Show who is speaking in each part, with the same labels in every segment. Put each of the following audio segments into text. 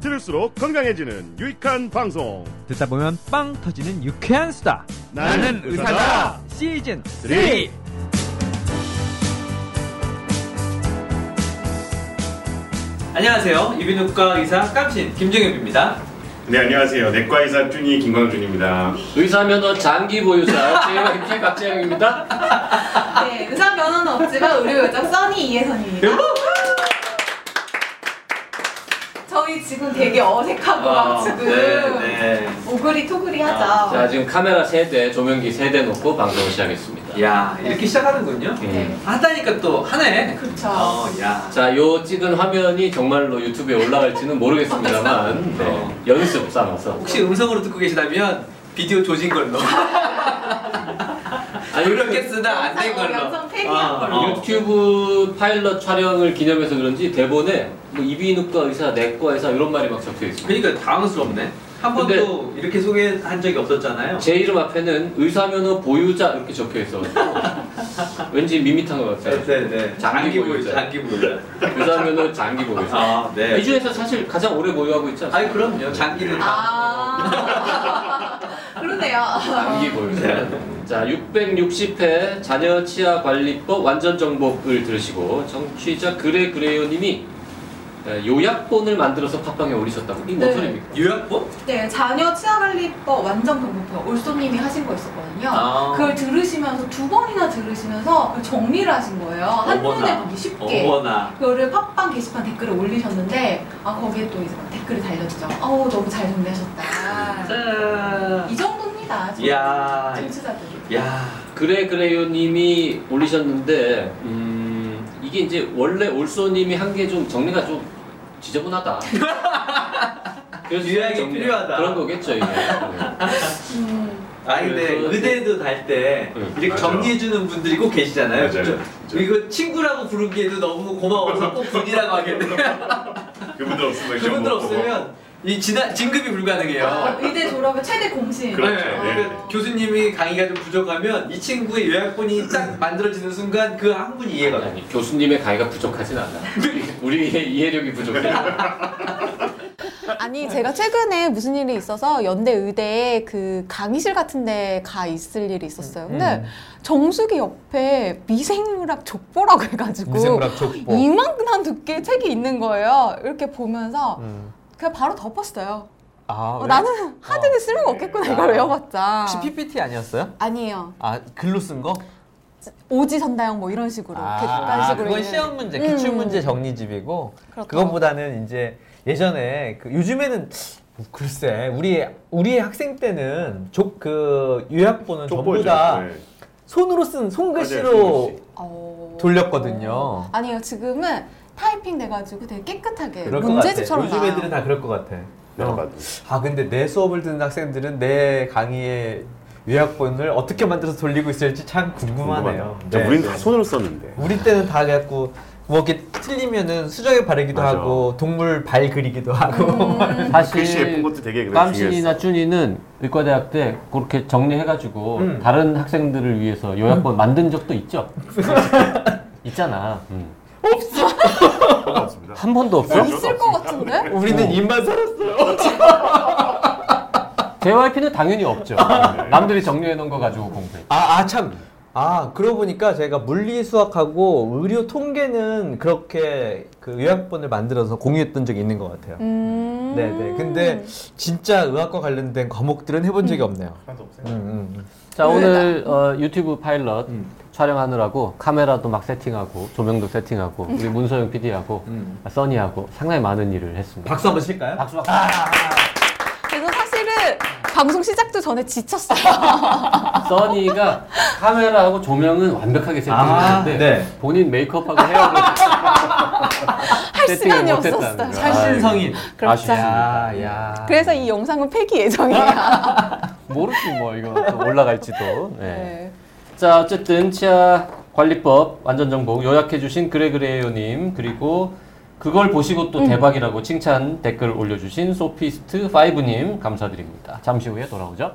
Speaker 1: 들을수록 건강해지는 유익한 방송
Speaker 2: 듣다 보면 빵 터지는 유쾌한 수다.
Speaker 1: 나는 의사다
Speaker 2: 시즌
Speaker 1: 3
Speaker 2: 안녕하세요. 이비인후과 의사 깜신 김종엽입니다.
Speaker 1: 네 안녕하세요 내과 의사 쭈니 김광준입니다
Speaker 3: 의사 면허 장기 보유자 제가 MP 박재영입니다.
Speaker 4: 네, 의사 변호는 없지만 우리 외적 써니 이혜선입니다.
Speaker 5: 네.
Speaker 4: 저희 지금 되게
Speaker 6: 아,
Speaker 4: 어색하고 막 지금
Speaker 5: 아, 네,
Speaker 4: 오그리 토그리 하자.
Speaker 3: 자 지금 카메라 세 대, 조명기 세 대 놓고 방송을 시작했습니다.
Speaker 5: 네. 야, 이렇게 시작하는군요.
Speaker 3: 음.
Speaker 5: 하다니까 또 하네.
Speaker 4: 네,
Speaker 6: 아.
Speaker 4: 그쵸.
Speaker 5: 어, 야.
Speaker 3: 자, 요 찍은 화면이 정말로 유튜브에 올라갈지는 모르겠습니다만 네,
Speaker 5: 어.
Speaker 3: 연습 삼아서.
Speaker 5: 혹시 음성으로 듣고 계시다면 비디오 조진 걸로.
Speaker 3: 아니,
Speaker 5: 그렇게 쓰다 안 된 걸로.
Speaker 4: 영상 폐기한 걸로.
Speaker 5: 어, 어.
Speaker 3: 유튜브 파일럿 촬영을 기념해서 그런지 대본에 뭐 이비인후과 의사, 내과 의사 이런 말이 막 적혀 있습니다.
Speaker 5: 그러니까 당황스럽네. 한
Speaker 3: 근데-
Speaker 5: 번도 이렇게 소개한 적이 없었잖아요.
Speaker 3: 제 이름 앞에는 의사 면허 보유자 이렇게 적혀 있어. 왠지 밋밋한 것 같아요.
Speaker 5: 네.
Speaker 3: 장기
Speaker 5: 장기 보유자.
Speaker 3: 보유자.
Speaker 5: 장기 보유자.
Speaker 3: 의사 면허 장기 보유자.
Speaker 5: 아, 네.
Speaker 3: 이 중에서 사실 가장 오래 보유하고 있지 않습니까?
Speaker 5: 아니 그럼요. 장기는 다.
Speaker 4: 아, 그러네요.
Speaker 5: 아,
Speaker 3: 장기 보유자. 자, 660회 자녀 치아 관리법 완전 정복을 들으시고 정취자 그래 그래요 님이 에, 요약본을 만들어서 팟빵에 올리셨다고. 이게 뭔
Speaker 4: 네.
Speaker 3: 소리입니까?
Speaker 5: 요약법?
Speaker 4: 네, 자녀 치아관리법 완전 공부법 올소님이 하신 거 있었거든요.
Speaker 5: 아.
Speaker 4: 그걸 들으시면서 두 번이나 들으시면서 그걸 정리를 하신 거예요. 한눈에
Speaker 5: 어머나.
Speaker 4: 보기 쉽게.
Speaker 5: 어머나.
Speaker 4: 그거를 팟빵 게시판 댓글에 올리셨는데 아 거기에 또 이제 막 댓글이 달렸죠. 어우 너무 잘 정리하셨다.
Speaker 5: 짠.
Speaker 6: 그
Speaker 4: 이 정도입니다.
Speaker 5: 이야.
Speaker 4: 정치자들이.
Speaker 5: 야.
Speaker 3: 그래 그래요 님이 올리셨는데 음, 이게 이제 원래 올소 님이 한 게 좀 정리가 좀 지저분하다. 그래서
Speaker 5: 요약이
Speaker 3: 정리-
Speaker 5: 필요하다.
Speaker 3: 그런 거겠죠, 이게. 네.
Speaker 4: 음,
Speaker 5: 아니 근데
Speaker 3: 그래서-
Speaker 5: 의대도 갈 때
Speaker 3: 응,
Speaker 5: 이렇게
Speaker 1: 네, 맞아.
Speaker 5: 정리해주는 분들이 꼭 계시잖아요.
Speaker 1: 맞아요.
Speaker 5: 그죠?
Speaker 1: 맞아.
Speaker 5: 이거 친구라고 부르기에도 너무 고마워서 꼭 분이라고 하겠네.
Speaker 1: 그렇죠. 그분들 없으면 시험
Speaker 5: 그분들
Speaker 1: 못 보고.
Speaker 5: 없으면 이 진학 진급이
Speaker 4: 아,
Speaker 5: 불가능해요.
Speaker 4: 의대 졸업의 최대 공신.
Speaker 1: 그렇죠.
Speaker 5: 네,
Speaker 1: 네.
Speaker 5: 그러니까 교수님이 강의가 좀 부족하면 이 친구의 요약본이 딱 만들어지는 순간 그 한 분이 이해가 네. 돼.
Speaker 3: 아니, 교수님의 강의가 부족하진 않아. 우리의 이해력이 부족해.
Speaker 6: 아니 제가 최근에 무슨 일이 있어서 연대 의대에 그 강의실 같은데 가 있을 일이 있었어요.
Speaker 2: 음.
Speaker 6: 근데 정수기 옆에 미생물학 족보라고 해가지고
Speaker 2: 무생물학 족보.
Speaker 6: 뭐, 이만큼한 두께 책이 있는 거예요. 이렇게 보면서
Speaker 2: 음.
Speaker 6: 그냥 바로 덮었어요.
Speaker 2: 아,
Speaker 6: 어,
Speaker 2: 왜?
Speaker 6: 나는 하등에 쓸모가 없겠구나 이걸 외워봤자.
Speaker 2: 혹시 PPT 아니었어요?
Speaker 6: 아니에요.
Speaker 2: 아, 글로 쓴 거?
Speaker 6: 오지 선다형 뭐 이런 식으로 이렇게
Speaker 2: 아,
Speaker 6: 객관식으로
Speaker 2: 그건
Speaker 6: 있는.
Speaker 2: 시험 문제,
Speaker 6: 음.
Speaker 2: 기출 문제 정리집이고
Speaker 6: 그렇더라고요.
Speaker 2: 그것보다는 이제 예전에 그 요즘에는 뭐 글쎄 우리 우리 학생 때는 족그 요약본은 전부
Speaker 1: 족보죠.
Speaker 2: 다
Speaker 1: 네.
Speaker 2: 손으로 쓴 손글씨로
Speaker 1: 맞아요, 손글씨.
Speaker 6: 어.
Speaker 2: 돌렸거든요.
Speaker 6: 아니에요 지금은 타이핑 돼가지고 되게 깨끗하게
Speaker 2: 그럴 것 같아.
Speaker 6: 네, 문제집처럼
Speaker 2: 요즘
Speaker 6: 나와요.
Speaker 2: 애들은 다 그럴 것 같아.
Speaker 1: 내가
Speaker 2: 어.
Speaker 1: 봐도
Speaker 2: 아 근데 내 수업을 듣는 학생들은 내 강의의 요약본을 어떻게 만들어서 돌리고 있을지 참 궁금하네요.
Speaker 1: 궁금하다. 자, 우린 다 손으로 썼는데
Speaker 2: 우리 때는 다 갖고 뭐 이렇게 틀리면은 수정에 바르기도
Speaker 1: 맞아.
Speaker 2: 하고 동물 발
Speaker 6: 음.
Speaker 2: 그리기도 하고
Speaker 1: 글씨 예쁜 것도 되게 그래도
Speaker 3: 깜신이나
Speaker 1: 중요했어.
Speaker 3: 쭈니는 의과대학 때 그렇게 정리해가지고
Speaker 2: 음.
Speaker 3: 다른 학생들을 위해서 요약본 만든 적도 있죠. 있잖아. 음.
Speaker 1: 없습니다
Speaker 3: 한 번도 없어?
Speaker 6: 있을 것 같은데?
Speaker 2: 우리는 입만 살았어요.
Speaker 3: JYP는 당연히 없죠. 남들이 정리해놓은 거 가지고 공부해.
Speaker 2: 아참 아, 그러고 보니까 제가 물리 수학하고 의료 통계는 그렇게 그 요약본을 만들어서 공유했던 적이 있는 것 같아요.
Speaker 6: 음.
Speaker 2: 네네. 근데 진짜 의학과 관련된 과목들은 해본 적이 없네요. 음, 음, 음.
Speaker 3: 자
Speaker 6: 왜
Speaker 3: 오늘 어, 유튜브 파일럿
Speaker 2: 음.
Speaker 3: 촬영하느라고 카메라도 막 세팅하고 조명도 세팅하고 우리 문서영 PD하고
Speaker 2: 음.
Speaker 3: 써니하고 상당히 많은 일을 했습니다.
Speaker 2: 박수 한번 칠까요?
Speaker 3: 박수 박수.
Speaker 6: 그래서 사실은 방송 시작도 전에
Speaker 2: 아.
Speaker 6: 지쳤어요.
Speaker 3: 써니가 카메라하고 조명은 완벽하게
Speaker 2: 아,
Speaker 3: 세팅했는데
Speaker 2: 네.
Speaker 3: 본인 메이크업하고 헤어를
Speaker 6: 할
Speaker 3: 세팅을
Speaker 6: 시간이
Speaker 3: 못했다는
Speaker 6: 없었어요.
Speaker 3: 거.
Speaker 2: 살신성인.
Speaker 6: 그렇죠.
Speaker 3: 아,
Speaker 2: 야, 야.
Speaker 6: 그래서 이 영상은 폐기 예정이에요.
Speaker 3: 모르지 뭐 이거 또 올라갈지도. 네.
Speaker 6: 네.
Speaker 3: 자 어쨌든 치아 관리법 완전 정복 요약해 주신 그래 그래요님 그리고 그걸 보시고
Speaker 6: 음.
Speaker 3: 또 대박이라고 칭찬 댓글 올려주신 소피스트 5님 감사드립니다. 잠시 후에 돌아오죠.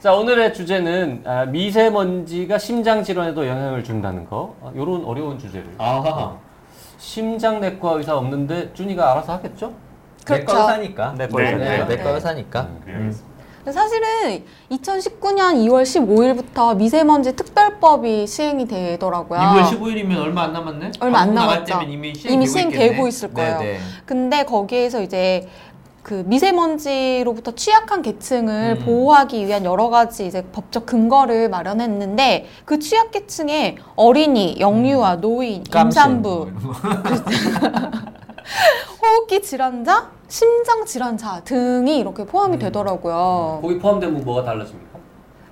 Speaker 3: 자 오늘의 주제는 아, 미세먼지가 심장 질환에도 영향을 준다는 거 아, 요런 어려운 주제를
Speaker 2: 아,
Speaker 3: 심장내과 의사 없는데 준이가 알아서 하겠죠?
Speaker 6: 그렇죠.
Speaker 2: 내과 의사니까.
Speaker 3: 내과
Speaker 1: 네,
Speaker 2: 네,
Speaker 1: 의사니까.
Speaker 2: 내과
Speaker 6: 네.
Speaker 2: 의사니까.
Speaker 1: 네.
Speaker 6: 사실은 2019년 2월 15일부터 미세먼지 특별법이 시행이 되더라고요.
Speaker 5: 2월 15일이면 얼마 안 남았네?
Speaker 6: 얼마 안
Speaker 5: 방송 나갈
Speaker 6: 남았죠.
Speaker 5: 때면 이미 시행되고,
Speaker 6: 이미 시행되고
Speaker 5: 있겠네.
Speaker 6: 있을 거예요.
Speaker 5: 네, 네.
Speaker 6: 근데 거기에서 이제 그 미세먼지로부터 취약한 계층을
Speaker 5: 음.
Speaker 6: 보호하기 위한 여러 가지 이제 법적 근거를 마련했는데 그 취약계층에 어린이, 영유아, 노인,
Speaker 2: 깜신. 뭐
Speaker 6: 임산부, 호흡기 질환자, 심장 질환자 등이 이렇게 포함이 되더라고요.
Speaker 3: 거기 포함되면 뭐가 달라집니까?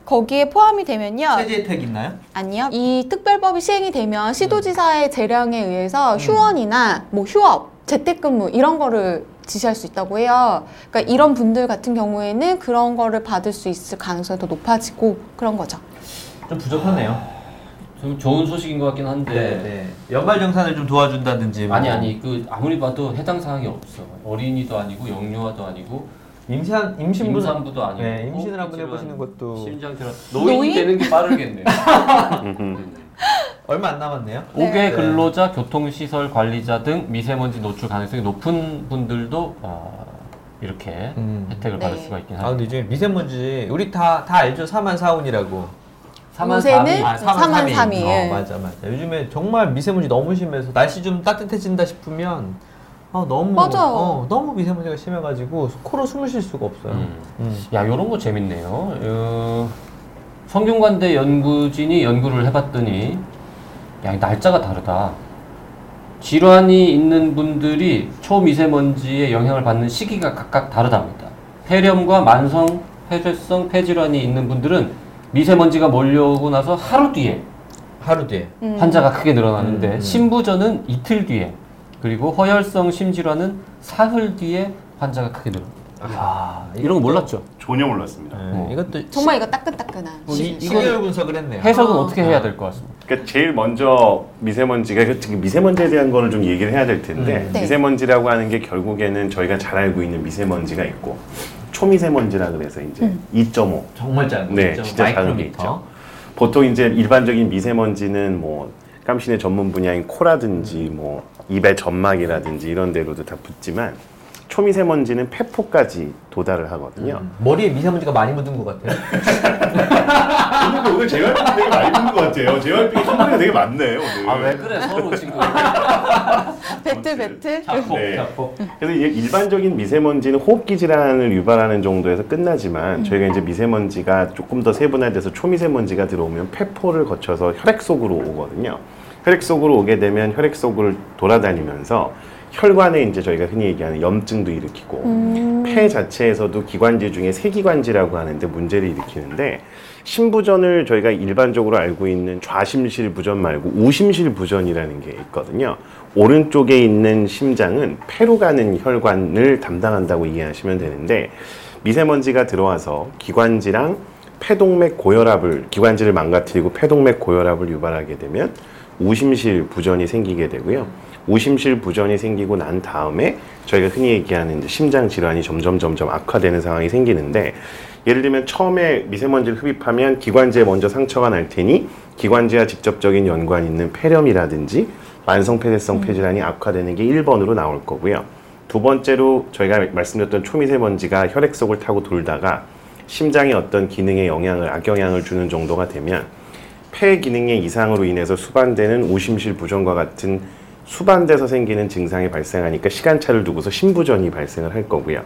Speaker 6: 거기에 포함이 되면요.
Speaker 5: 세제 혜택 있나요?
Speaker 6: 아니요. 이 특별법이 시행이 되면 시도지사의 재량에 의해서 휴원이나 뭐 휴업, 재택근무 이런 거를 지시할 수 있다고 해요. 그러니까 이런 분들 같은 경우에는 그런 거를 받을 수 있을 가능성이 더 높아지고 그런 거죠.
Speaker 2: 좀 부족하네요.
Speaker 3: 좀 좋은 소식인 것 같긴 한데
Speaker 2: 네, 네.
Speaker 5: 연말 정산을 좀 도와준다든지 뭐.
Speaker 3: 아니 아니 그 아무리 봐도 해당 사항이 없어 어린이도 아니고 영유아도 아니고
Speaker 2: 임신 임신분
Speaker 3: 임산부도 아니고
Speaker 2: 네, 임신을 한번
Speaker 3: 호흡기
Speaker 2: 해보시는
Speaker 3: 질환,
Speaker 2: 것도
Speaker 3: 심장 질환 노인,
Speaker 6: 노인?
Speaker 3: 되는 게 빠르겠네요
Speaker 2: 얼마 안 남았네요.
Speaker 6: 네.
Speaker 3: 옥외 근로자, 교통시설 관리자 등 미세먼지 노출 가능성이 높은 분들도 아, 이렇게
Speaker 2: 음.
Speaker 3: 혜택을
Speaker 6: 네.
Speaker 3: 받을 수가 있긴
Speaker 2: 아
Speaker 3: 합니다.
Speaker 2: 근데 이제 미세먼지 우리 다 다 알죠 4만 4원이라고
Speaker 3: 사만
Speaker 6: 요새는
Speaker 3: 사미.
Speaker 6: 아, 사만 삼이, 예.
Speaker 2: 어, 맞아 맞아 요즘에 정말 미세먼지 너무 심해서 날씨 좀 따뜻해진다 싶으면 아 너무
Speaker 6: 맞아요.
Speaker 2: 어, 너무 미세먼지가 심해가지고 코로 숨을 쉴 수가 없어요
Speaker 3: 음.
Speaker 2: 음.
Speaker 3: 야, 요런 거 재밌네요. 어, 성균관대 연구진이 연구를 해봤더니, 야, 이 날짜가 다르다. 질환이 있는 분들이 초미세먼지에 영향을 받는 시기가 각각 다르답니다. 폐렴과 만성, 폐쇄성 폐질환이 있는 분들은 미세먼지가 몰려오고 나서 하루 뒤에
Speaker 2: 하루 뒤에
Speaker 6: 음.
Speaker 3: 환자가 크게 늘어나는데
Speaker 2: 음, 음.
Speaker 3: 신부전은 이틀 뒤에 그리고 허혈성 심질환은 사흘 뒤에 환자가 크게 늘어.
Speaker 2: 아
Speaker 3: 이런 거 몰랐죠?
Speaker 1: 전혀 몰랐습니다.
Speaker 2: 네, 이것도
Speaker 6: 정말 이거 따끈따끈한.
Speaker 3: 어, 이-
Speaker 6: 시기죠.
Speaker 3: 이거-
Speaker 2: 시계열 분석을 했네요
Speaker 3: 해석은
Speaker 6: 아.
Speaker 3: 어떻게 해야 될 것 같습니다.
Speaker 1: 그러니까 제일 먼저 미세먼지가 그 특히 미세먼지에 대한 거는 좀 얘기를 해야 될 텐데
Speaker 6: 네.
Speaker 1: 미세먼지라고 하는 게 결국에는 저희가 잘 알고 있는 미세먼지가 있고 초미세먼지라 그래서 이제 2.5
Speaker 2: 정말 짧은
Speaker 1: 네,
Speaker 2: 거죠.
Speaker 1: 진짜 작은 게
Speaker 2: 마이크로미터.
Speaker 1: 있죠. 보통 이제 일반적인 미세먼지는 뭐 깜신의 전문 분야인 코라든지 뭐 입의 점막이라든지 이런 데로도 다 붙지만 초미세먼지는 폐포까지 도달을 하거든요.
Speaker 2: 머리에 미세먼지가 많이 묻은 것 같아요
Speaker 1: 아, 근데 오늘 제갈핀이 되게 많이 든것 같아요. 제갈핀이 선물이 되게 아, 많네 오늘.
Speaker 3: 아, 그래 서로 지금
Speaker 6: 배틀 배틀.
Speaker 2: 자폭
Speaker 1: 네.
Speaker 2: 어, 자폭
Speaker 1: 그래서 이게 일반적인 미세먼지는 호흡기 질환을 유발하는 정도에서 끝나지만 저희가 이제 미세먼지가 조금 더 세분화돼서 초미세먼지가 들어오면 폐포를 거쳐서 혈액 속으로 오거든요. 혈액 속으로 오게 되면 혈액 속을 돌아다니면서 혈관에 이제 저희가 흔히 얘기하는 염증도 일으키고
Speaker 6: 음.
Speaker 1: 폐 자체에서도 기관지 중에 세기관지라고 하는데 문제를 일으키는데 심부전을 저희가 일반적으로 알고 있는 좌심실 부전 말고 우심실 부전이라는 게 있거든요. 오른쪽에 있는 심장은 폐로 가는 혈관을 담당한다고 이해하시면 되는데 미세먼지가 들어와서 기관지랑 폐동맥 고혈압을 기관지를 망가뜨리고 폐동맥 고혈압을 유발하게 되면 우심실 부전이 생기게 되고요. 우심실 부전이 생기고 난 다음에 저희가 흔히 얘기하는 이제 심장 질환이 점점 점점 악화되는 상황이 생기는데 예를 들면 처음에 미세먼지를 흡입하면 기관지에 먼저 상처가 날 테니 기관지와 직접적인 연관이 있는 폐렴이라든지 만성 폐쇄성 폐질환이 악화되는 게 1번으로 나올 거고요. 두 번째로 저희가 말씀드렸던 초미세먼지가 혈액 속을 타고 돌다가 심장의 어떤 기능에 영향을 악영향을 주는 정도가 되면 폐 기능의 이상으로 인해서 수반되는 우심실 부전과 같은 수반돼서 생기는 증상이 발생하니까 시간차를 두고서 심부전이 발생을 할 거고요.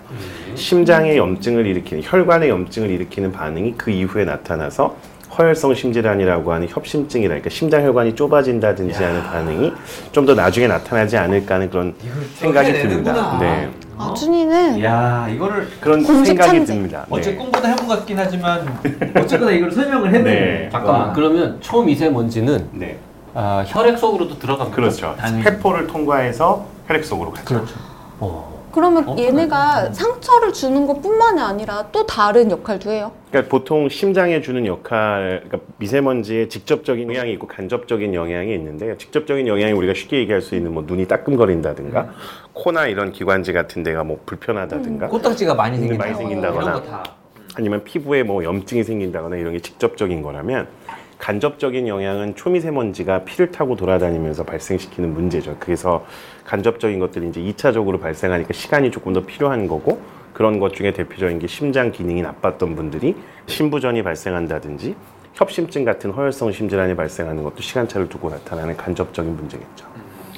Speaker 1: 심장의 염증을 일으키는 혈관의 염증을 일으키는 반응이 그 이후에 나타나서 허혈성 심질환이라고 하는 협심증이라니까 심장 혈관이 좁아진다든지 하는 반응이 좀 더 나중에 나타나지 않을까 하는 그런 생각이
Speaker 5: 저렇게
Speaker 1: 듭니다.
Speaker 5: 되는구나.
Speaker 1: 네.
Speaker 2: 예.
Speaker 6: 아
Speaker 2: 네.
Speaker 6: 준이는
Speaker 5: 야 이거를
Speaker 1: 그런
Speaker 6: 공식
Speaker 1: 생각이
Speaker 6: 천재.
Speaker 1: 듭니다. 네.
Speaker 5: 어째 꿈보다 해본 것 같긴 하지만 어쨌거나 이걸 설명을 했네.
Speaker 1: 네.
Speaker 3: 잠깐만
Speaker 5: 와.
Speaker 3: 그러면 초미세먼지는
Speaker 1: 네.
Speaker 3: 아, 혈액 속으로도 들어갑니다.
Speaker 1: 그렇죠.
Speaker 5: 당연히. 그렇죠.
Speaker 1: 폐포를 통과해서 혈액 속으로 가죠.
Speaker 3: 어.
Speaker 6: 그러면
Speaker 3: 어,
Speaker 6: 얘네가 상처를 주는 것뿐만이 아니라 또 다른 역할도 해요.
Speaker 1: 그러니까 보통 심장에 주는 역할, 그러니까 미세먼지에 직접적인 영향이 있고 간접적인 영향이 있는데 직접적인 영향이 우리가 쉽게 얘기할 수 있는 뭐 눈이
Speaker 5: 음.
Speaker 1: 따끔거린다든가 코나 이런 기관지 같은 데가 뭐 불편하다든가
Speaker 2: 꽃딱지가 많이
Speaker 1: 근데
Speaker 2: 생긴다
Speaker 1: 많이
Speaker 6: 생긴다거나.
Speaker 5: 이런 거 다.
Speaker 1: 아니면 피부에 뭐 염증이 생긴다거나 이런 게 직접적인 거라면 간접적인 영향은 초미세먼지가 피를 타고 돌아다니면서 발생시키는 문제죠. 그래서 간접적인 것들이 이제 2차적으로 발생하니까 시간이 조금 더 필요한 거고 그런 것 중에 대표적인 게 심장 기능이 나빴던 분들이 심부전이 발생한다든지 협심증 같은 허혈성 심질환이 발생하는 것도 시간차를 두고 나타나는 간접적인 문제겠죠.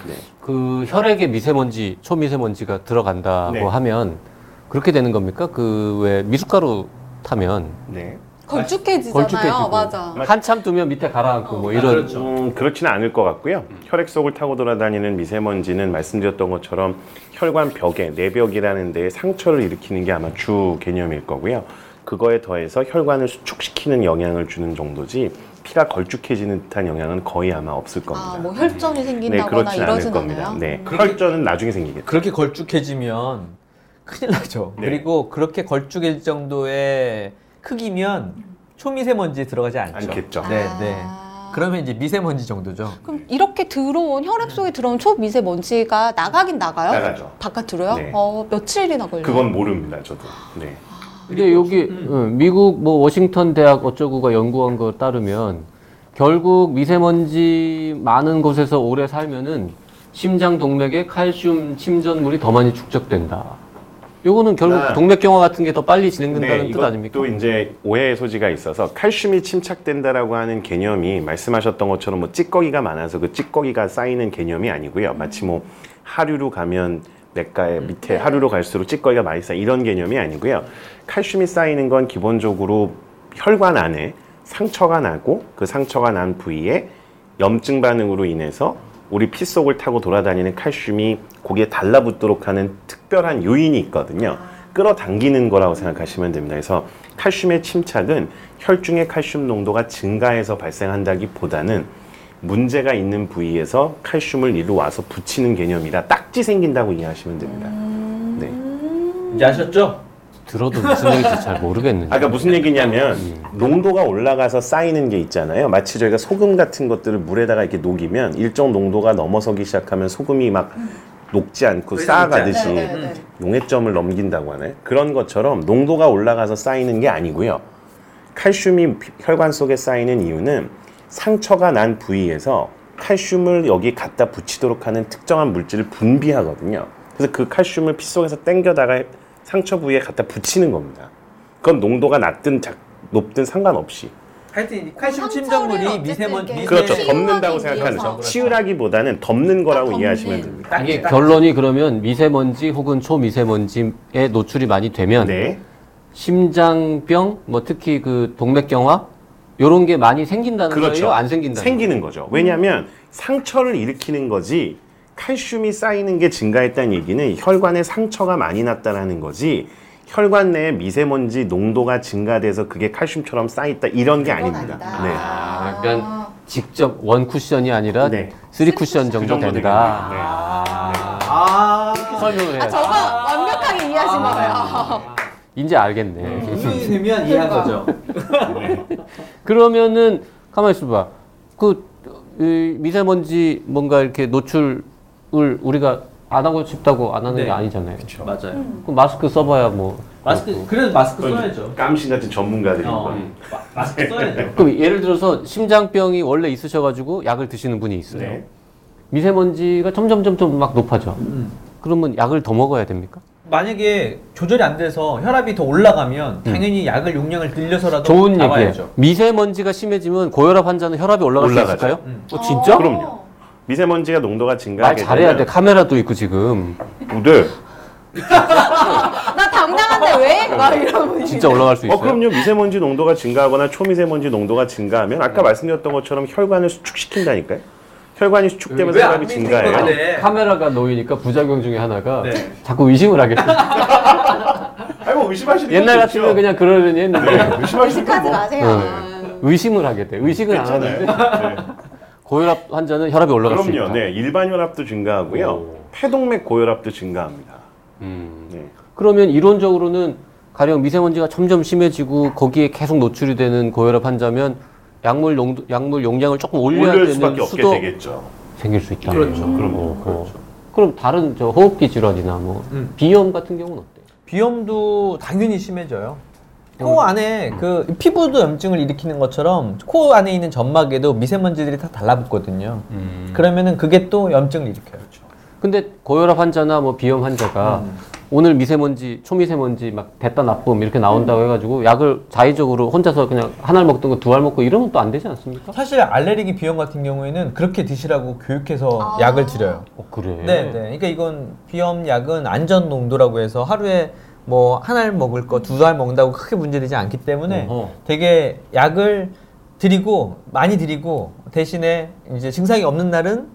Speaker 1: 네.
Speaker 3: 그 혈액에 미세먼지, 초미세먼지가 들어간다고
Speaker 1: 네.
Speaker 3: 하면 그렇게 되는 겁니까? 그 왜 미숫가루 타면
Speaker 1: 네.
Speaker 6: 걸쭉해지잖아요.
Speaker 3: 걸쭉해지고
Speaker 6: 맞아.
Speaker 3: 한참 두면 밑에 가라앉고 뭐 이런
Speaker 5: 그렇죠. 음.
Speaker 1: 음, 그렇지는 않을 것 같고요. 혈액 속을 타고 돌아다니는 미세먼지는 말씀드렸던 것처럼 혈관 벽에 내벽이라는 데에 상처를 일으키는 게 아마 주 개념일 거고요. 그거에 더해서 혈관을 수축시키는 영향을 주는 정도지 피가 걸쭉해지는 듯한 영향은 거의 아마 없을 겁니다.
Speaker 6: 아, 뭐 혈전이
Speaker 1: 네,
Speaker 6: 생긴다거나
Speaker 1: 그렇진 않을
Speaker 6: 이러진
Speaker 1: 겁니다.
Speaker 6: 않아요.
Speaker 1: 네,
Speaker 5: 그렇게-
Speaker 1: 혈전은 나중에 생기겠죠.
Speaker 2: 그렇게 걸쭉해지면 큰일 나죠.
Speaker 1: 네.
Speaker 2: 그리고 그렇게 걸쭉해질 정도의 크기면 초미세먼지에 들어가지 않죠.
Speaker 5: 그렇죠.
Speaker 1: 않겠죠.
Speaker 2: 네,
Speaker 6: 아.
Speaker 2: 네. 그러면 이제 미세먼지 정도죠.
Speaker 6: 그럼 이렇게 들어온 혈액 속에 들어온 초미세먼지가 나가긴 나가요?
Speaker 1: 나가죠.
Speaker 6: 바깥으로요?
Speaker 1: 네.
Speaker 6: 어, 며칠이나 걸려요?
Speaker 1: 그건 모릅니다, 저도. 네.
Speaker 3: 근데 여기
Speaker 1: 음.
Speaker 3: 응, 미국 뭐 워싱턴 대학 어쩌고가 연구한 거 따르면 결국 미세먼지 많은 곳에서 오래 살면은 심장 동맥에 칼슘 침전물이 더 많이 축적된다. 요거는 결국
Speaker 1: 아.
Speaker 3: 동맥 경화 같은 게 더 빨리 진행된다는
Speaker 1: 네,
Speaker 3: 뜻 아닙니까?
Speaker 1: 또 이제 오해의 소지가 있어서 칼슘이 침착된다라고 하는 개념이 말씀하셨던 것처럼 뭐 찌꺼기가 많아서 그 찌꺼기가 쌓이는 개념이 아니고요. 마치 뭐 하류로 가면 냇가에 밑에 하류로 갈수록 찌꺼기가 많이 쌓이 이런 개념이 아니고요. 칼슘이 쌓이는 건 기본적으로 혈관 안에 상처가 나고 그 상처가 난 부위에 염증 반응으로 인해서 우리 피 속을 타고 돌아다니는 칼슘이 고기에 달라붙도록 하는 특별한 요인이 있거든요. 끌어당기는 거라고 생각하시면 됩니다. 그래서 칼슘의 침착은 혈중의 칼슘 농도가 증가해서 발생한다기보다는 문제가 있는 부위에서 칼슘을 이로 와서 붙이는 개념이라 딱지 생긴다고 이해하시면 됩니다. 네.
Speaker 5: 이제 아셨죠?
Speaker 3: 들어도 무슨 얘기인지 잘 모르겠는데.
Speaker 1: 아까 무슨 얘기냐면 농도가 올라가서 쌓이는 게 있잖아요. 마치 저희가 소금 같은 것들을 물에다가 이렇게 녹이면 일정 농도가 넘어서기 시작하면 소금이 막 녹지 않고
Speaker 5: 더 이상
Speaker 1: 쌓아가듯이
Speaker 6: 네, 네, 네.
Speaker 1: 용해점을 넘긴다고 하네. 그런 것처럼 농도가 올라가서 쌓이는 게 아니고요. 칼슘이 피- 혈관 속에 쌓이는 이유는 상처가 난 부위에서 칼슘을 여기 갖다 붙이도록 하는 특정한 물질을 분비하거든요. 그래서 그 칼슘을 피 속에서 땡겨다가 상처 부위에 갖다 붙이는 겁니다. 그건 농도가 낮든 작- 높든 상관없이.
Speaker 2: 하여튼 이
Speaker 6: 상처를
Speaker 2: 칼슘 침전물이
Speaker 6: 어쨌든
Speaker 2: 미세먼지
Speaker 6: 이렇게
Speaker 2: 미세
Speaker 1: 그렇죠.
Speaker 6: 치유하기
Speaker 1: 덮는다고 생각하는
Speaker 6: 위해서. 아,
Speaker 1: 거죠. 치유라기보다는 덮는 거라고
Speaker 6: 덮는.
Speaker 1: 이해하시면 됩니다.
Speaker 5: 딱
Speaker 3: 이게
Speaker 5: 딱.
Speaker 3: 결론이 그러면 미세먼지 혹은 초미세먼지에 노출이 많이 되면
Speaker 1: 네.
Speaker 3: 심장병, 뭐 특히 그 동맥 경화 요런 게 많이 생긴다는
Speaker 1: 그렇죠.
Speaker 3: 거예요? 안 생긴다는 거예요?
Speaker 1: 생기는
Speaker 5: 음.
Speaker 1: 거죠. 왜냐하면 상처를 일으키는 거지 칼슘이 쌓이는 게 증가했다는 얘기는 혈관에 상처가 많이 났다라는 거지 혈관 내에 미세먼지 농도가 증가돼서 그게 칼슘처럼 쌓였다 이런 게
Speaker 6: 그건
Speaker 1: 아닙니다.
Speaker 6: 아니다.
Speaker 1: 네.
Speaker 3: 아, 그러니까 직접 원 쿠션이 아니라
Speaker 1: 네.
Speaker 3: 쓰리 쿠션 그 정도
Speaker 1: 정도
Speaker 3: 된다.
Speaker 1: 되겠네요. 네.
Speaker 2: 아,
Speaker 3: 이렇게 설명을
Speaker 6: 아,
Speaker 3: 해요.
Speaker 6: 저거 완벽하게 이해하신 거예요.
Speaker 3: 이제 알겠네. 음.
Speaker 5: 공인이 되면 음, 이해한 거죠.
Speaker 3: 그러면은 가만 히 있어봐. 그 이, 미세먼지 뭔가 이렇게 노출을 우리가 안 하고 싶다고 안 하는
Speaker 5: 네.
Speaker 3: 게 아니잖아요.
Speaker 5: 맞아요.
Speaker 3: 그럼 마스크 써봐야 뭐.
Speaker 5: 마스크
Speaker 3: 음. 그렇고.
Speaker 5: 그래도
Speaker 3: 그러니까.
Speaker 5: 마스크 써야죠.
Speaker 1: 깜신 같은 전문가들이
Speaker 5: 어, 마-
Speaker 3: 네.
Speaker 5: 마스크 써야죠.
Speaker 3: 그럼 예를 들어서 심장병이 원래 있으셔가지고 약을 드시는 분이 있어요.
Speaker 1: 네.
Speaker 3: 미세먼지가 점점 점점 막 높아져.
Speaker 1: 음.
Speaker 3: 그러면 약을 더 먹어야 됩니까?
Speaker 2: 만약에 조절이 안 돼서 혈압이 더 올라가면 당연히 약을 용량을 늘려서라도
Speaker 3: 음. 좋은 얘기예요.
Speaker 2: 잡아야죠.
Speaker 3: 미세먼지가 심해지면 고혈압 환자는 혈압이 올라갈 수
Speaker 1: 올라가죠.
Speaker 3: 있을까요?
Speaker 2: 음.
Speaker 3: 어, 진짜?
Speaker 1: 그럼요. 미세먼지가 농도가
Speaker 3: 말
Speaker 1: 증가하게
Speaker 3: 잘해야 돼. 카메라도 있고 지금
Speaker 1: 네.
Speaker 6: 나 당당한데 왜?
Speaker 1: 네.
Speaker 6: 막 이러면
Speaker 3: 진짜 올라갈 수 있어요.
Speaker 1: 어, 그럼요. 미세먼지 농도가 증가하거나 초미세먼지 농도가 증가하면 아까
Speaker 3: 음.
Speaker 1: 말씀드렸던 것처럼 혈관을 수축시킨다니까요. 혈관이 수축되면서
Speaker 5: 왜 안
Speaker 1: 혈압이
Speaker 5: 믿는
Speaker 1: 증가해요.
Speaker 5: 건데?
Speaker 3: 카메라가 놓이니까 부작용 중에 하나가
Speaker 5: 네.
Speaker 3: 자꾸 의심을 하게 돼.
Speaker 1: 아니 뭐 의심하시는
Speaker 3: 옛날
Speaker 1: 것도
Speaker 3: 같으면
Speaker 1: 있죠.
Speaker 3: 그냥 그러려니 했는데
Speaker 1: 네, 의심하시는 건
Speaker 6: 의식하지
Speaker 1: 뭐.
Speaker 6: 마세요.
Speaker 3: 의심을 하게 돼. 의식은 안 하는데
Speaker 1: 괜찮아요. 네.
Speaker 3: 고혈압 환자는 혈압이 올라갈 수 있다.
Speaker 1: 그럼요. 네, 일반 혈압도 증가하고요.
Speaker 3: 오.
Speaker 1: 폐동맥 고혈압도 증가합니다.
Speaker 3: 음.
Speaker 1: 네.
Speaker 3: 그러면 이론적으로는 가령 미세먼지가 점점 심해지고 거기에 계속 노출이 되는 고혈압 환자면 약물 농도, 약물 용량을 조금 올려야
Speaker 1: 올릴 수밖에
Speaker 3: 되는
Speaker 1: 없게
Speaker 3: 수도 음, 어,
Speaker 1: 되겠죠.
Speaker 3: 생길 수 있다.
Speaker 5: 그렇죠.
Speaker 1: 그럼요.
Speaker 3: 그럼 다른 저 호흡기 질환이나 뭐
Speaker 2: 음.
Speaker 3: 비염 같은 경우는 어때? 요
Speaker 2: 비염도 당연히 심해져요.
Speaker 3: 음.
Speaker 2: 코 안에 그 피부도 염증을 일으키는 것처럼 코 안에 있는 점막에도 미세먼지들이 다 달라붙거든요.
Speaker 3: 음.
Speaker 2: 그러면은 그게 또 염증을 일으켜요.
Speaker 5: 그렇죠.
Speaker 3: 근데 고혈압 환자나 뭐 비염 환자가 오늘 미세먼지, 초미세먼지 막 됐다 나쁨 이렇게 나온다고 해가지고 약을 자의적으로 혼자서 그냥 한 알 먹던 거 두 알 먹고 이러면 또 안 되지 않습니까?
Speaker 2: 사실 알레르기 비염 같은 경우에는 그렇게 드시라고 교육해서
Speaker 6: 아.
Speaker 2: 약을 드려요.
Speaker 3: 어, 그래.
Speaker 2: 네, 네. 그러니까 이건 비염 약은 안전 농도라고 해서 하루에 뭐 한 알 먹을 거 두 알 먹는다고 크게 문제되지 않기 때문에
Speaker 3: 음, 어허.
Speaker 2: 되게 약을 드리고 많이 드리고 대신에 이제 증상이 없는 날은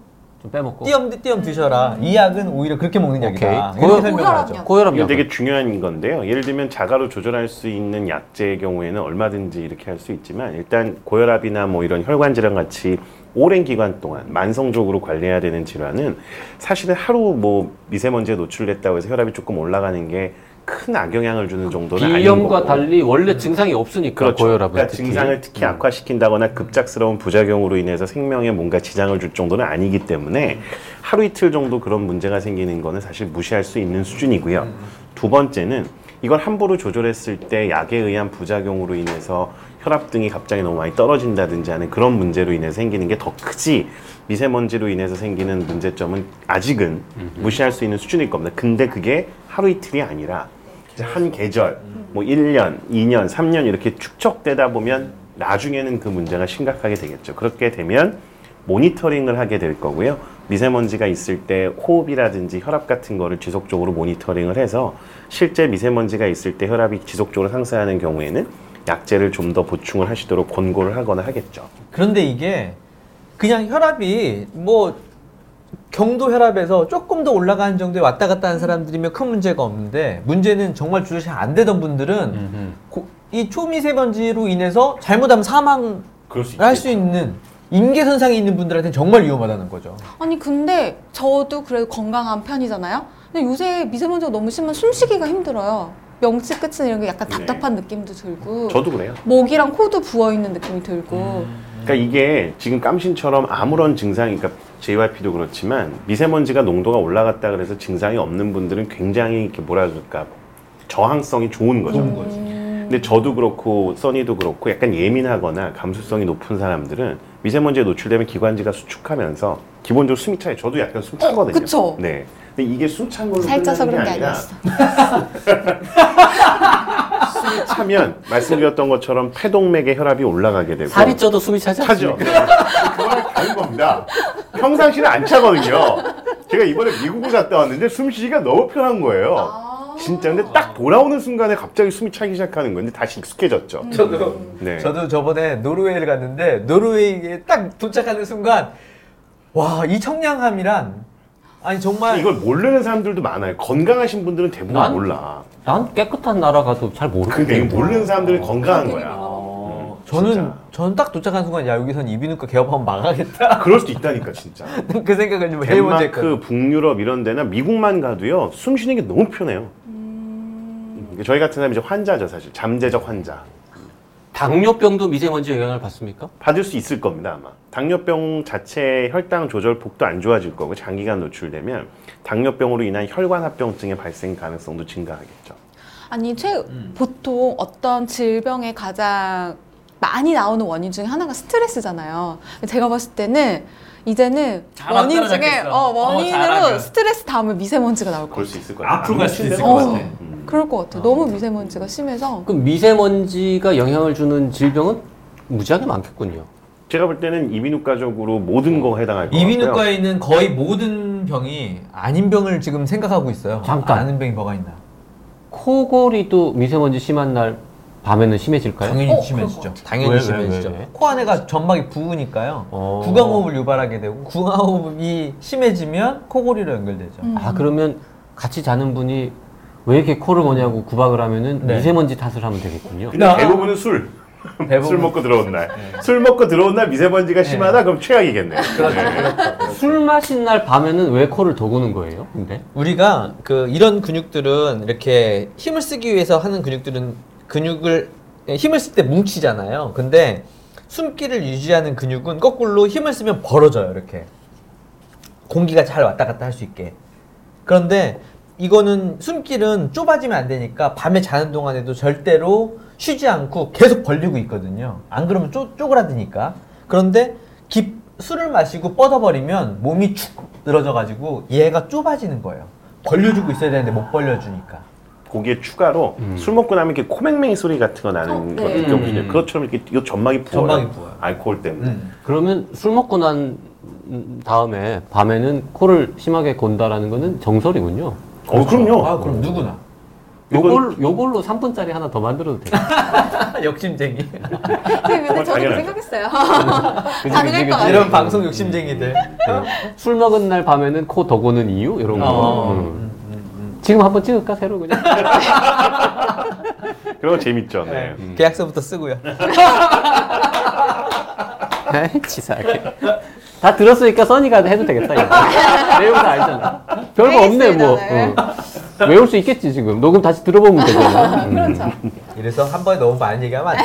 Speaker 3: 좀 빼먹고.
Speaker 2: 띄엄 띄엄 드셔라. 이 약은 오히려 그렇게 먹는 약이다.
Speaker 3: 오케이.
Speaker 2: 이렇게
Speaker 3: 고혈-
Speaker 2: 설명을 하죠.
Speaker 6: 고혈압약.
Speaker 3: 고혈압
Speaker 1: 이게
Speaker 3: 약.
Speaker 1: 되게 중요한 건데요. 예를 들면 자가로 조절할 수 있는 약제의 경우에는 얼마든지 이렇게 할 수 있지만 일단 고혈압이나 뭐 이런 혈관 질환 같이 오랜 기간 동안 만성적으로 관리해야 되는 질환은 사실은 하루 뭐 미세먼지에 노출됐다고 해서 혈압이 조금 올라가는 게 큰 악영향을 주는 정도는 아닌 거고.
Speaker 3: 비염과 달리 원래 증상이 없으니까
Speaker 1: 그렇죠.
Speaker 3: 고혈압은
Speaker 1: 그러니까
Speaker 3: 특히. 음.
Speaker 1: 증상을 특히 악화시킨다거나 급작스러운 부작용으로 인해서 생명에 뭔가 지장을 줄 정도는 아니기 때문에 하루 이틀 정도 그런 문제가 생기는 거는 사실 무시할 수 있는 수준이고요. 두 번째는 이걸 함부로 조절했을 때 약에 의한 부작용으로 인해서 혈압 등이 갑자기 너무 많이 떨어진다든지 하는 그런 문제로 인해 생기는 게 더 크지 미세먼지로 인해서 생기는 문제점은 아직은 무시할 수 있는 수준일 겁니다. 근데 그게 하루 이틀이 아니라 이제 한 계절, 뭐 1년, 2년, 3년 이렇게 축적되다 보면 나중에는 그 문제가 심각하게 되겠죠. 그렇게 되면 모니터링을 하게 될 거고요. 미세먼지가 있을 때 호흡이라든지 혈압 같은 거를 지속적으로 모니터링을 해서 실제 미세먼지가 있을 때 혈압이 지속적으로 상승하는 경우에는 약제를 좀 더 보충을 하시도록 권고를 하거나 하겠죠.
Speaker 2: 그런데 이게 그냥 혈압이 뭐 경도 혈압에서 조금 더 올라가는 정도에 왔다 갔다 하는 사람들이면 큰 문제가 없는데 문제는 정말 주저시 안 되던 분들은
Speaker 3: 음흠.
Speaker 2: 고- 이 초미세먼지로 인해서 잘못하면 사망할
Speaker 1: 그럴 수
Speaker 2: 수 있는 임계 손상이 있는 분들한테는 정말 위험하다는 거죠.
Speaker 6: 아니 근데 저도 그래도 건강한 편이잖아요. 근데 요새 미세먼지가 너무 심한 숨쉬기가 힘들어요. 명치 끝은 이런 게 약간
Speaker 1: 네.
Speaker 6: 답답한 느낌도 들고
Speaker 1: 저도 그래요.
Speaker 6: 목이랑 코도 부어 있는 느낌이 들고
Speaker 3: 음.
Speaker 1: 그러니까 이게 지금 깜신처럼 아무런 증상이 그러니까 JYP도 그렇지만 미세먼지가 농도가 올라갔다 그래서 증상이 없는 분들은 굉장히 이렇게 뭐라 그럴까 저항성이 좋은 거죠.
Speaker 6: 음.
Speaker 1: 근데 저도 그렇고 써니도 그렇고 약간 예민하거나 감수성이 높은 사람들은 미세먼지에 노출되면 기관지가 수축하면서 기본적으로 숨이 차요. 저도 약간 숨 차거든요.
Speaker 6: 어, 그쵸.
Speaker 1: 네. 근데 이게 숨찬 걸로
Speaker 6: 살쪄서
Speaker 1: 끝나는
Speaker 6: 그런 게
Speaker 1: 아니라
Speaker 6: 아니었어.
Speaker 1: 숨이 차면 말씀드렸던 것처럼 폐동맥의 혈압이 올라가게 되고
Speaker 3: 살이 쪄도 숨이 차지
Speaker 1: 차죠.
Speaker 3: 않죠.
Speaker 1: 그러니까 그거랑 다른 겁니다. 평상시는 안 차거든요. 제가 이번에 미국을 갔다 왔는데 숨쉬기가 너무 편한 거예요.
Speaker 6: 아.
Speaker 1: 진짜 근데 딱 돌아오는 순간에 갑자기 숨이 차기 시작하는 건데 다시 익숙해졌죠.
Speaker 2: 음.
Speaker 5: 저도
Speaker 1: 네.
Speaker 2: 저도 저번에 노르웨이를 갔는데 노르웨이에 딱 도착하는 순간 와 이 청량함이란 아니 정말
Speaker 1: 이걸 모르는 사람들도 많아요. 건강하신 분들은 대부분
Speaker 3: 난-
Speaker 1: 몰라.
Speaker 3: 난 깨끗한 나라 가도 잘
Speaker 1: 근데
Speaker 3: 모르겠네.
Speaker 1: 이거 뭐- 모르는 사람들은 건강한
Speaker 6: 되게
Speaker 1: 거야. 음,
Speaker 2: 어, 저는
Speaker 1: 진짜.
Speaker 2: 저는 딱 도착한 순간 야 여기선 이비인후과 개업하면 망하겠다
Speaker 1: 아, 그럴 수도 있다니까 진짜.
Speaker 2: 그 생각을 좀 해본 적있
Speaker 1: 덴마크, 북유럽 이런 데나 미국만 가도요 숨 쉬는 게 너무 편해요. 저희 같은 사람이 이제 환자죠 사실 잠재적 환자.
Speaker 3: 당뇨병도 미세먼지 영향을 받습니까?
Speaker 1: 받을 수 있을 겁니다 아마 당뇨병 자체 혈당 조절 폭도 안 좋아질 거고 장기간 노출되면 당뇨병으로 인한 혈관 합병증의 발생 가능성도 증가하겠죠
Speaker 6: 아니 최
Speaker 5: 음.
Speaker 6: 보통 어떤 질병에 가장 많이 나오는 원인 중에 하나가 스트레스잖아요. 제가 봤을 때는 이제는
Speaker 5: 잘안
Speaker 6: 원인 중에
Speaker 5: 따라잡겠어.
Speaker 6: 어,
Speaker 5: 어,
Speaker 6: 원인으로
Speaker 5: 잘하면.
Speaker 6: 스트레스 다음에 미세먼지가 나올
Speaker 1: 그럴
Speaker 6: 거예요.
Speaker 1: 수 있을 거예요
Speaker 5: 앞으로 갈 수 있을
Speaker 1: 음.
Speaker 5: 것 같아.
Speaker 6: 어. 그럴 것 같아요. 너무 미세먼지가 심해서
Speaker 3: 그럼 미세먼지가 영향을 주는 질병은 무지하게 많겠군요.
Speaker 1: 제가 볼 때는 이비인후과적으로 모든 거 해당할 것 같고요
Speaker 2: 이비인후과에 있는 거의 모든 병이 아닌 병을 지금 생각하고 있어요
Speaker 3: 잠깐.
Speaker 2: 아는 병이 뭐가 있나
Speaker 3: 코골이도 미세먼지 심한 날 밤에는 심해질까요?
Speaker 2: 당연히
Speaker 6: 어, 그럴
Speaker 2: 심해지죠
Speaker 6: 것 같아.
Speaker 2: 당연히
Speaker 3: 왜, 왜,
Speaker 2: 심해지죠
Speaker 3: 왜, 왜?
Speaker 2: 코 안에가 점막이 부으니까요
Speaker 3: 어.
Speaker 2: 구강호흡을 유발하게 되고 구강호흡이 심해지면 코골이로 연결되죠
Speaker 6: 음.
Speaker 3: 아 그러면 같이 자는 분이 왜 이렇게 코를 거냐고 구박을 하면은
Speaker 2: 네.
Speaker 3: 미세먼지 탓을 하면 되겠군요.
Speaker 1: 근데
Speaker 2: 나-
Speaker 1: 대부분은 술 술
Speaker 2: 대부분
Speaker 1: 먹고 들어온 날 술 먹고 들어온 날 미세먼지가 심하다 그럼 최악이겠네요 네.
Speaker 3: 술 마신 날 밤에는 왜 코를 더구는 거예요? 근데
Speaker 2: 우리가 그 이런 근육들은 이렇게 힘을 쓰기 위해서 하는 근육들은 근육을 예, 힘을 쓸 때 뭉치잖아요. 근데 숨기를 유지하는 근육은 거꾸로 힘을 쓰면 벌어져요. 이렇게 공기가 잘 왔다 갔다 할 수 있게. 그런데 이거는 숨길은 좁아지면 안 되니까 밤에 자는 동안에도 절대로 쉬지 않고 계속 벌리고 있거든요. 안 그러면 쪼, 쪼그라드니까. 그런데 깊, 술을 마시고 뻗어버리면 몸이 축 늘어져가지고 얘가 좁아지는 거예요. 벌려주고 있어야 되는데 못 벌려주니까.
Speaker 1: 거기에 추가로 술 먹고 나면 이렇게 코맹맹이 소리 같은 거 나는
Speaker 6: 어, 네.
Speaker 1: 걸 느껴보시죠.
Speaker 7: 음.
Speaker 1: 그것처럼 이렇게 이 점막이 부어요.
Speaker 2: 점막이 부어요.
Speaker 1: 알코올 때문에.
Speaker 2: 음.
Speaker 3: 그러면 술 먹고 난 다음에 밤에는 코를 심하게 곤다라는 거는 정설이군요.
Speaker 1: 어, 그럼요.
Speaker 2: 아, 그럼 누구나.
Speaker 3: 요걸, 요걸로 3분짜리 하나 더 만들어도 돼요.
Speaker 2: 욕심쟁이.
Speaker 6: 네, 근데 저도 그
Speaker 1: 당연하죠.
Speaker 6: 생각했어요.
Speaker 3: 그치, 그치,
Speaker 6: 가능할 것
Speaker 3: 그치.
Speaker 6: 같아요.
Speaker 2: 이런 방송 욕심쟁이들.
Speaker 3: 술 먹은 날 밤에는 코 더 고는 이유? 이런 거.
Speaker 2: 어.
Speaker 3: 음. 지금 한번 찍을까? 새로 그냥?
Speaker 1: 그런 거 재밌죠. 네.
Speaker 3: 음.
Speaker 2: 계약서부터 쓰고요.
Speaker 3: 에이, 치사하게. 다 들었으니까 써니가 해도 되겠다. 이거. 내용 다 알잖아. 별거 없네, 뭐.
Speaker 6: 알겠습니다,
Speaker 3: 어. 외울 수 있겠지, 지금. 녹음 다시 들어보면 되잖아. 음.
Speaker 6: 그렇죠.
Speaker 2: 이래서 한 번에 너무 많은 얘기하면 안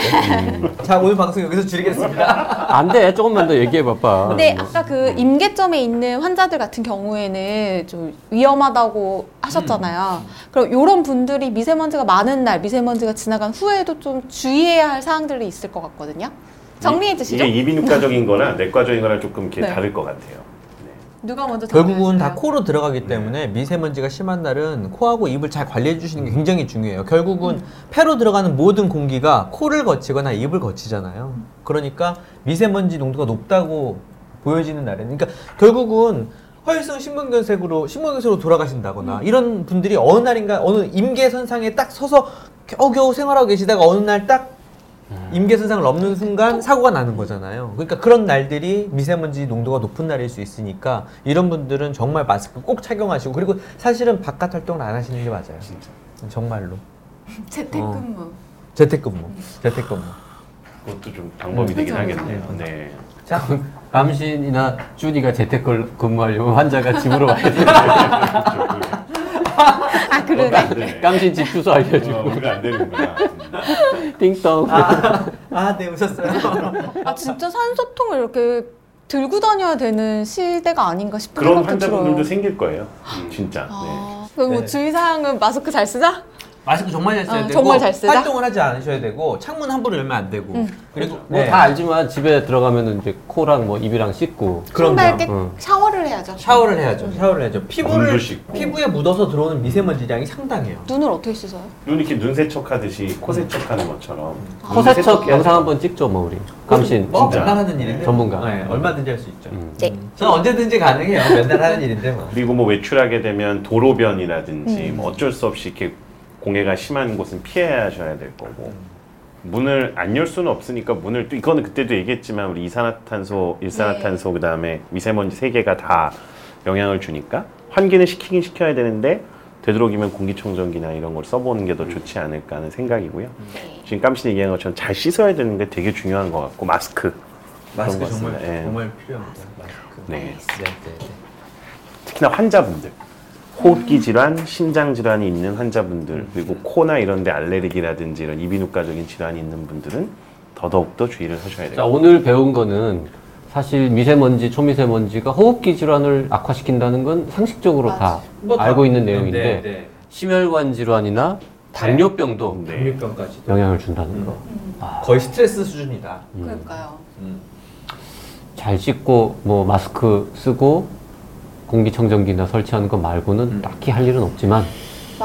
Speaker 1: 음.
Speaker 2: 돼. 자, 오늘 방송 여기서 줄이겠습니다.
Speaker 3: 안 돼. 조금만 더 얘기해봐봐.
Speaker 6: 근데 아까 그 임계점에 있는 환자들 같은 경우에는 좀 위험하다고 하셨잖아요. 그럼 이런 분들이 미세먼지가 많은 날, 미세먼지가 지나간 후에도 좀 주의해야 할 사항들이 있을 것 같거든요.
Speaker 1: 네.
Speaker 6: 정리해 주시죠.
Speaker 1: 이게 이비인후과적인 거나 내과적인 거랑 조금 이렇게
Speaker 6: 네.
Speaker 1: 다를 것 같아요.
Speaker 6: 누가 먼저
Speaker 2: 결국은
Speaker 6: 정리하실까요?
Speaker 2: 다 코로 들어가기 때문에 미세먼지가 심한 날은 코하고 입을 잘 관리해 주시는 게 굉장히 중요해요. 결국은 폐로 들어가는 모든 공기가 코를 거치거나 입을 거치잖아요. 그러니까 미세먼지 농도가 높다고 보여지는 날에는 그러니까 결국은 허혈성 심근경색으로 심근경색으로 돌아가신다거나 이런 분들이 어느 날인가 어느 임계선상에 딱 서서 겨우겨우 생활하고 계시다가 어느 날 딱 임계선상을 넘는 순간 사고가 나는 거잖아요. 그러니까 그런 날들이 미세먼지 농도가 높은 날일 수 있으니까 이런 분들은 정말 마스크 꼭 착용하시고 그리고 사실은 바깥 활동을 안 하시는 게 맞아요. 정말로
Speaker 6: 재택근무.
Speaker 2: 재택근무, 재택근무.
Speaker 1: 그것도 좀 방법이
Speaker 6: 음.
Speaker 1: 되긴
Speaker 6: 그죠, 그죠.
Speaker 1: 하겠네요. 네.
Speaker 2: 자,
Speaker 3: 감신이나 준이가 재택 근무하려면 환자가 집으로 와야 돼.
Speaker 6: 아 그러네.
Speaker 3: 감신 집
Speaker 1: 그러니까
Speaker 3: 주소
Speaker 1: 어,
Speaker 3: 알려주고.
Speaker 1: 우리가 안 되는구나. 음.
Speaker 3: 띵동.
Speaker 2: 아, 네 웃었어요.
Speaker 6: 아 진짜 산소통을 이렇게 들고 다녀야 되는 시대가 아닌가 싶은
Speaker 1: 그런
Speaker 6: 생각도
Speaker 1: 환자분들도
Speaker 6: 들어요.
Speaker 1: 생길 거예요. 음, 진짜. 네.
Speaker 6: 아, 그럼 뭐
Speaker 2: 네.
Speaker 6: 주의사항은 마스크 잘 쓰자.
Speaker 2: 마스크 정말 잘 써야
Speaker 6: 어,
Speaker 2: 되고
Speaker 6: 정말 잘 쓰자.
Speaker 2: 활동을 하지 않으셔야 되고 창문 함부로 열면 안 되고 그리고 네.
Speaker 3: 뭐 다 알지만 집에 들어가면 이제 코랑 뭐 입이랑 씻고.
Speaker 2: 그럼요.
Speaker 6: 신발 깨
Speaker 3: 응.
Speaker 6: 샤워를 해야죠.
Speaker 2: 샤워를 해야죠. 샤워를 해야죠. 피부를
Speaker 1: 물도 씻고.
Speaker 2: 피부에 묻어서 들어오는 미세먼지량이 상당해요.
Speaker 6: 눈을 어떻게 씻어요?
Speaker 1: 눈 이렇게 눈 세척하듯이 코
Speaker 6: 음.
Speaker 1: 세척하는 것처럼.
Speaker 3: 코 세척 영상 한번 찍죠, 뭐 우리. 감신.
Speaker 2: 뭐
Speaker 1: 진짜.
Speaker 2: 맨날 하는 일인데
Speaker 3: 전문가.
Speaker 2: 네, 얼마든지 할 수 있죠.
Speaker 3: 음.
Speaker 6: 네.
Speaker 2: 저는 언제든지 가능해요. 맨날 하는 일인데 뭐.
Speaker 1: 그리고 뭐 외출하게 되면 도로변이라든지 뭐 어쩔 수 없이 이렇게 공해가 심한 곳은 피하셔야 될 거고 문을 안 열 수는 없으니까 문을 또 이거는 그때도 얘기했지만 우리 이산화탄소, 일산화탄소 그다음에 미세먼지 세 개가 다 영향을 주니까 환기는 시키긴 시켜야 되는데 되도록이면 공기청정기나 이런 걸 써보는 게 더 좋지 않을까 하는 생각이고요.
Speaker 6: 네.
Speaker 1: 지금 깜신 얘기한 것처럼 잘 씻어야 되는 게 되게 중요한 것 같고 마스크
Speaker 2: 마스크
Speaker 1: 그런 것
Speaker 2: 정말
Speaker 1: 같습니다. 예.
Speaker 2: 정말 필요합니다. 마스크.
Speaker 1: 네.
Speaker 2: 네, 네, 네.
Speaker 1: 특히나 환자분들 호흡기 질환, 심장 질환이 있는 환자분들 그리고 코나 이런 데 알레르기라든지 이런 이비인후과적인 질환이 있는 분들은 더더욱 더 주의를 하셔야
Speaker 3: 자,
Speaker 1: 돼요.
Speaker 3: 오늘 배운 거는 사실 미세먼지, 초미세먼지가 호흡기 질환을 악화시킨다는 건 상식적으로 다
Speaker 2: 뭐 다-
Speaker 3: 알고 있는 내용인데
Speaker 2: 네, 네.
Speaker 3: 심혈관 질환이나 당뇨병도
Speaker 1: 네.
Speaker 2: 당뇨병까지도
Speaker 3: 영향을 준다는 거.
Speaker 2: 음. 거의 스트레스 수준이다.
Speaker 8: 그러니까요.
Speaker 2: 음.
Speaker 3: 잘 씻고 뭐 마스크 쓰고 공기청정기나 설치하는 거 말고는
Speaker 2: 음.
Speaker 3: 딱히 할 일은 없지만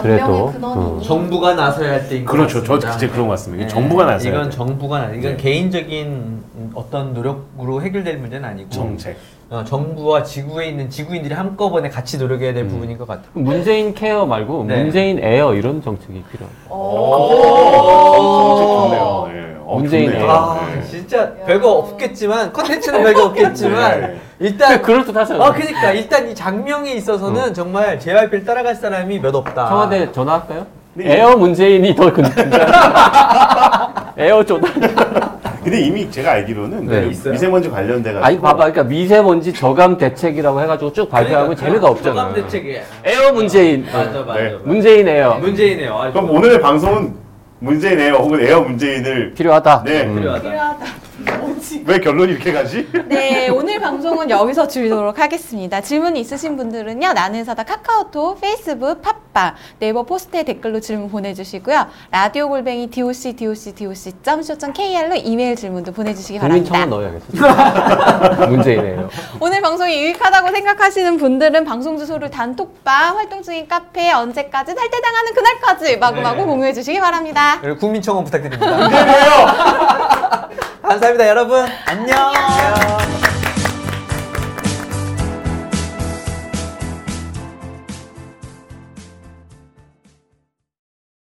Speaker 3: 그래도
Speaker 8: 만병의
Speaker 3: 어.
Speaker 8: 근원이니.
Speaker 2: 정부가 나서야 할 때인 것
Speaker 1: 그렇죠. 저
Speaker 2: 같습니다.
Speaker 1: 진짜 그런 것 같습니다. 이게
Speaker 2: 네.
Speaker 1: 정부가 나서야
Speaker 2: 이건
Speaker 1: 돼요.
Speaker 2: 정부가 나- 이건
Speaker 1: 네.
Speaker 2: 개인적인 어떤 노력으로 해결될 문제는 아니고
Speaker 1: 정책.
Speaker 2: 어, 정부와 지구에 있는 지구인들이 한꺼번에 같이 노력해야
Speaker 3: 음.
Speaker 2: 될 부분인 것 같아요.
Speaker 3: 문재인 케어 말고
Speaker 2: 네.
Speaker 3: 문재인 에어 이런 정책이 필요해요.
Speaker 2: 어,
Speaker 9: 어.
Speaker 1: 정책 좋네요. 네. 어,
Speaker 3: 문재인
Speaker 1: 좋네요.
Speaker 2: 아
Speaker 1: 네.
Speaker 2: 진짜 별거 없겠지만 컨텐츠는 별거 없겠지만
Speaker 1: 네.
Speaker 2: 일단
Speaker 3: 그럴듯하잖아요.
Speaker 8: 어,
Speaker 2: 아 그러니까 일단 이 장명에 있어서는 정말 JYP를 따라갈 사람이 몇 없다.
Speaker 3: 음. 청와대 전화할까요?
Speaker 1: 네.
Speaker 3: 아. 에어 문재인이 더 근데 에어 조다.
Speaker 1: 근데 이미 제가 알기로는
Speaker 3: 네,
Speaker 1: 그
Speaker 2: 있어요.
Speaker 1: 미세먼지 관련돼 가지고
Speaker 3: 아니 봐봐, 그러니까 미세먼지 저감 대책이라고 해가지고 쭉 발표하면 재미가 없잖아.
Speaker 2: 소감 그러니까 대책이야.
Speaker 3: 에어 문재인.
Speaker 2: 맞아 맞아.
Speaker 1: 네.
Speaker 2: 맞아.
Speaker 3: 문재인 뭐- 에어
Speaker 2: 문재인이에요. 아,
Speaker 1: 그럼 오늘의 방송은 문재인 에어 혹은 에어 문재인을
Speaker 3: 필요하다.
Speaker 1: 네.
Speaker 3: 음.
Speaker 2: 필요하다.
Speaker 8: 필요하다.
Speaker 1: 왜 결론이 이렇게 가지?
Speaker 6: 네, 오늘 방송은 여기서 줄이도록 하겠습니다. 질문 있으신 분들은요, 나는 사다 카카오톡, 페이스북, 팟빵, 네이버 포스트에 댓글로 질문 보내주시고요. 라디오 골뱅이 doc, doc, doc.co.kr로 이메일 질문도 보내주시기
Speaker 9: 국민청원
Speaker 6: 바랍니다.
Speaker 9: 넣어야겠어. 문제이네요.
Speaker 6: 오늘 방송이 유익하다고 생각하시는 분들은 방송 주소를 단톡방, 활동 중인 카페, 언제까지 탈퇴당하는 그날까지
Speaker 9: 네.
Speaker 6: 마구마구 공유해주시기 바랍니다.
Speaker 2: 여러분
Speaker 3: 음.
Speaker 2: 국민청원 부탁드립니다. 감사합니다 여러분. 안녕.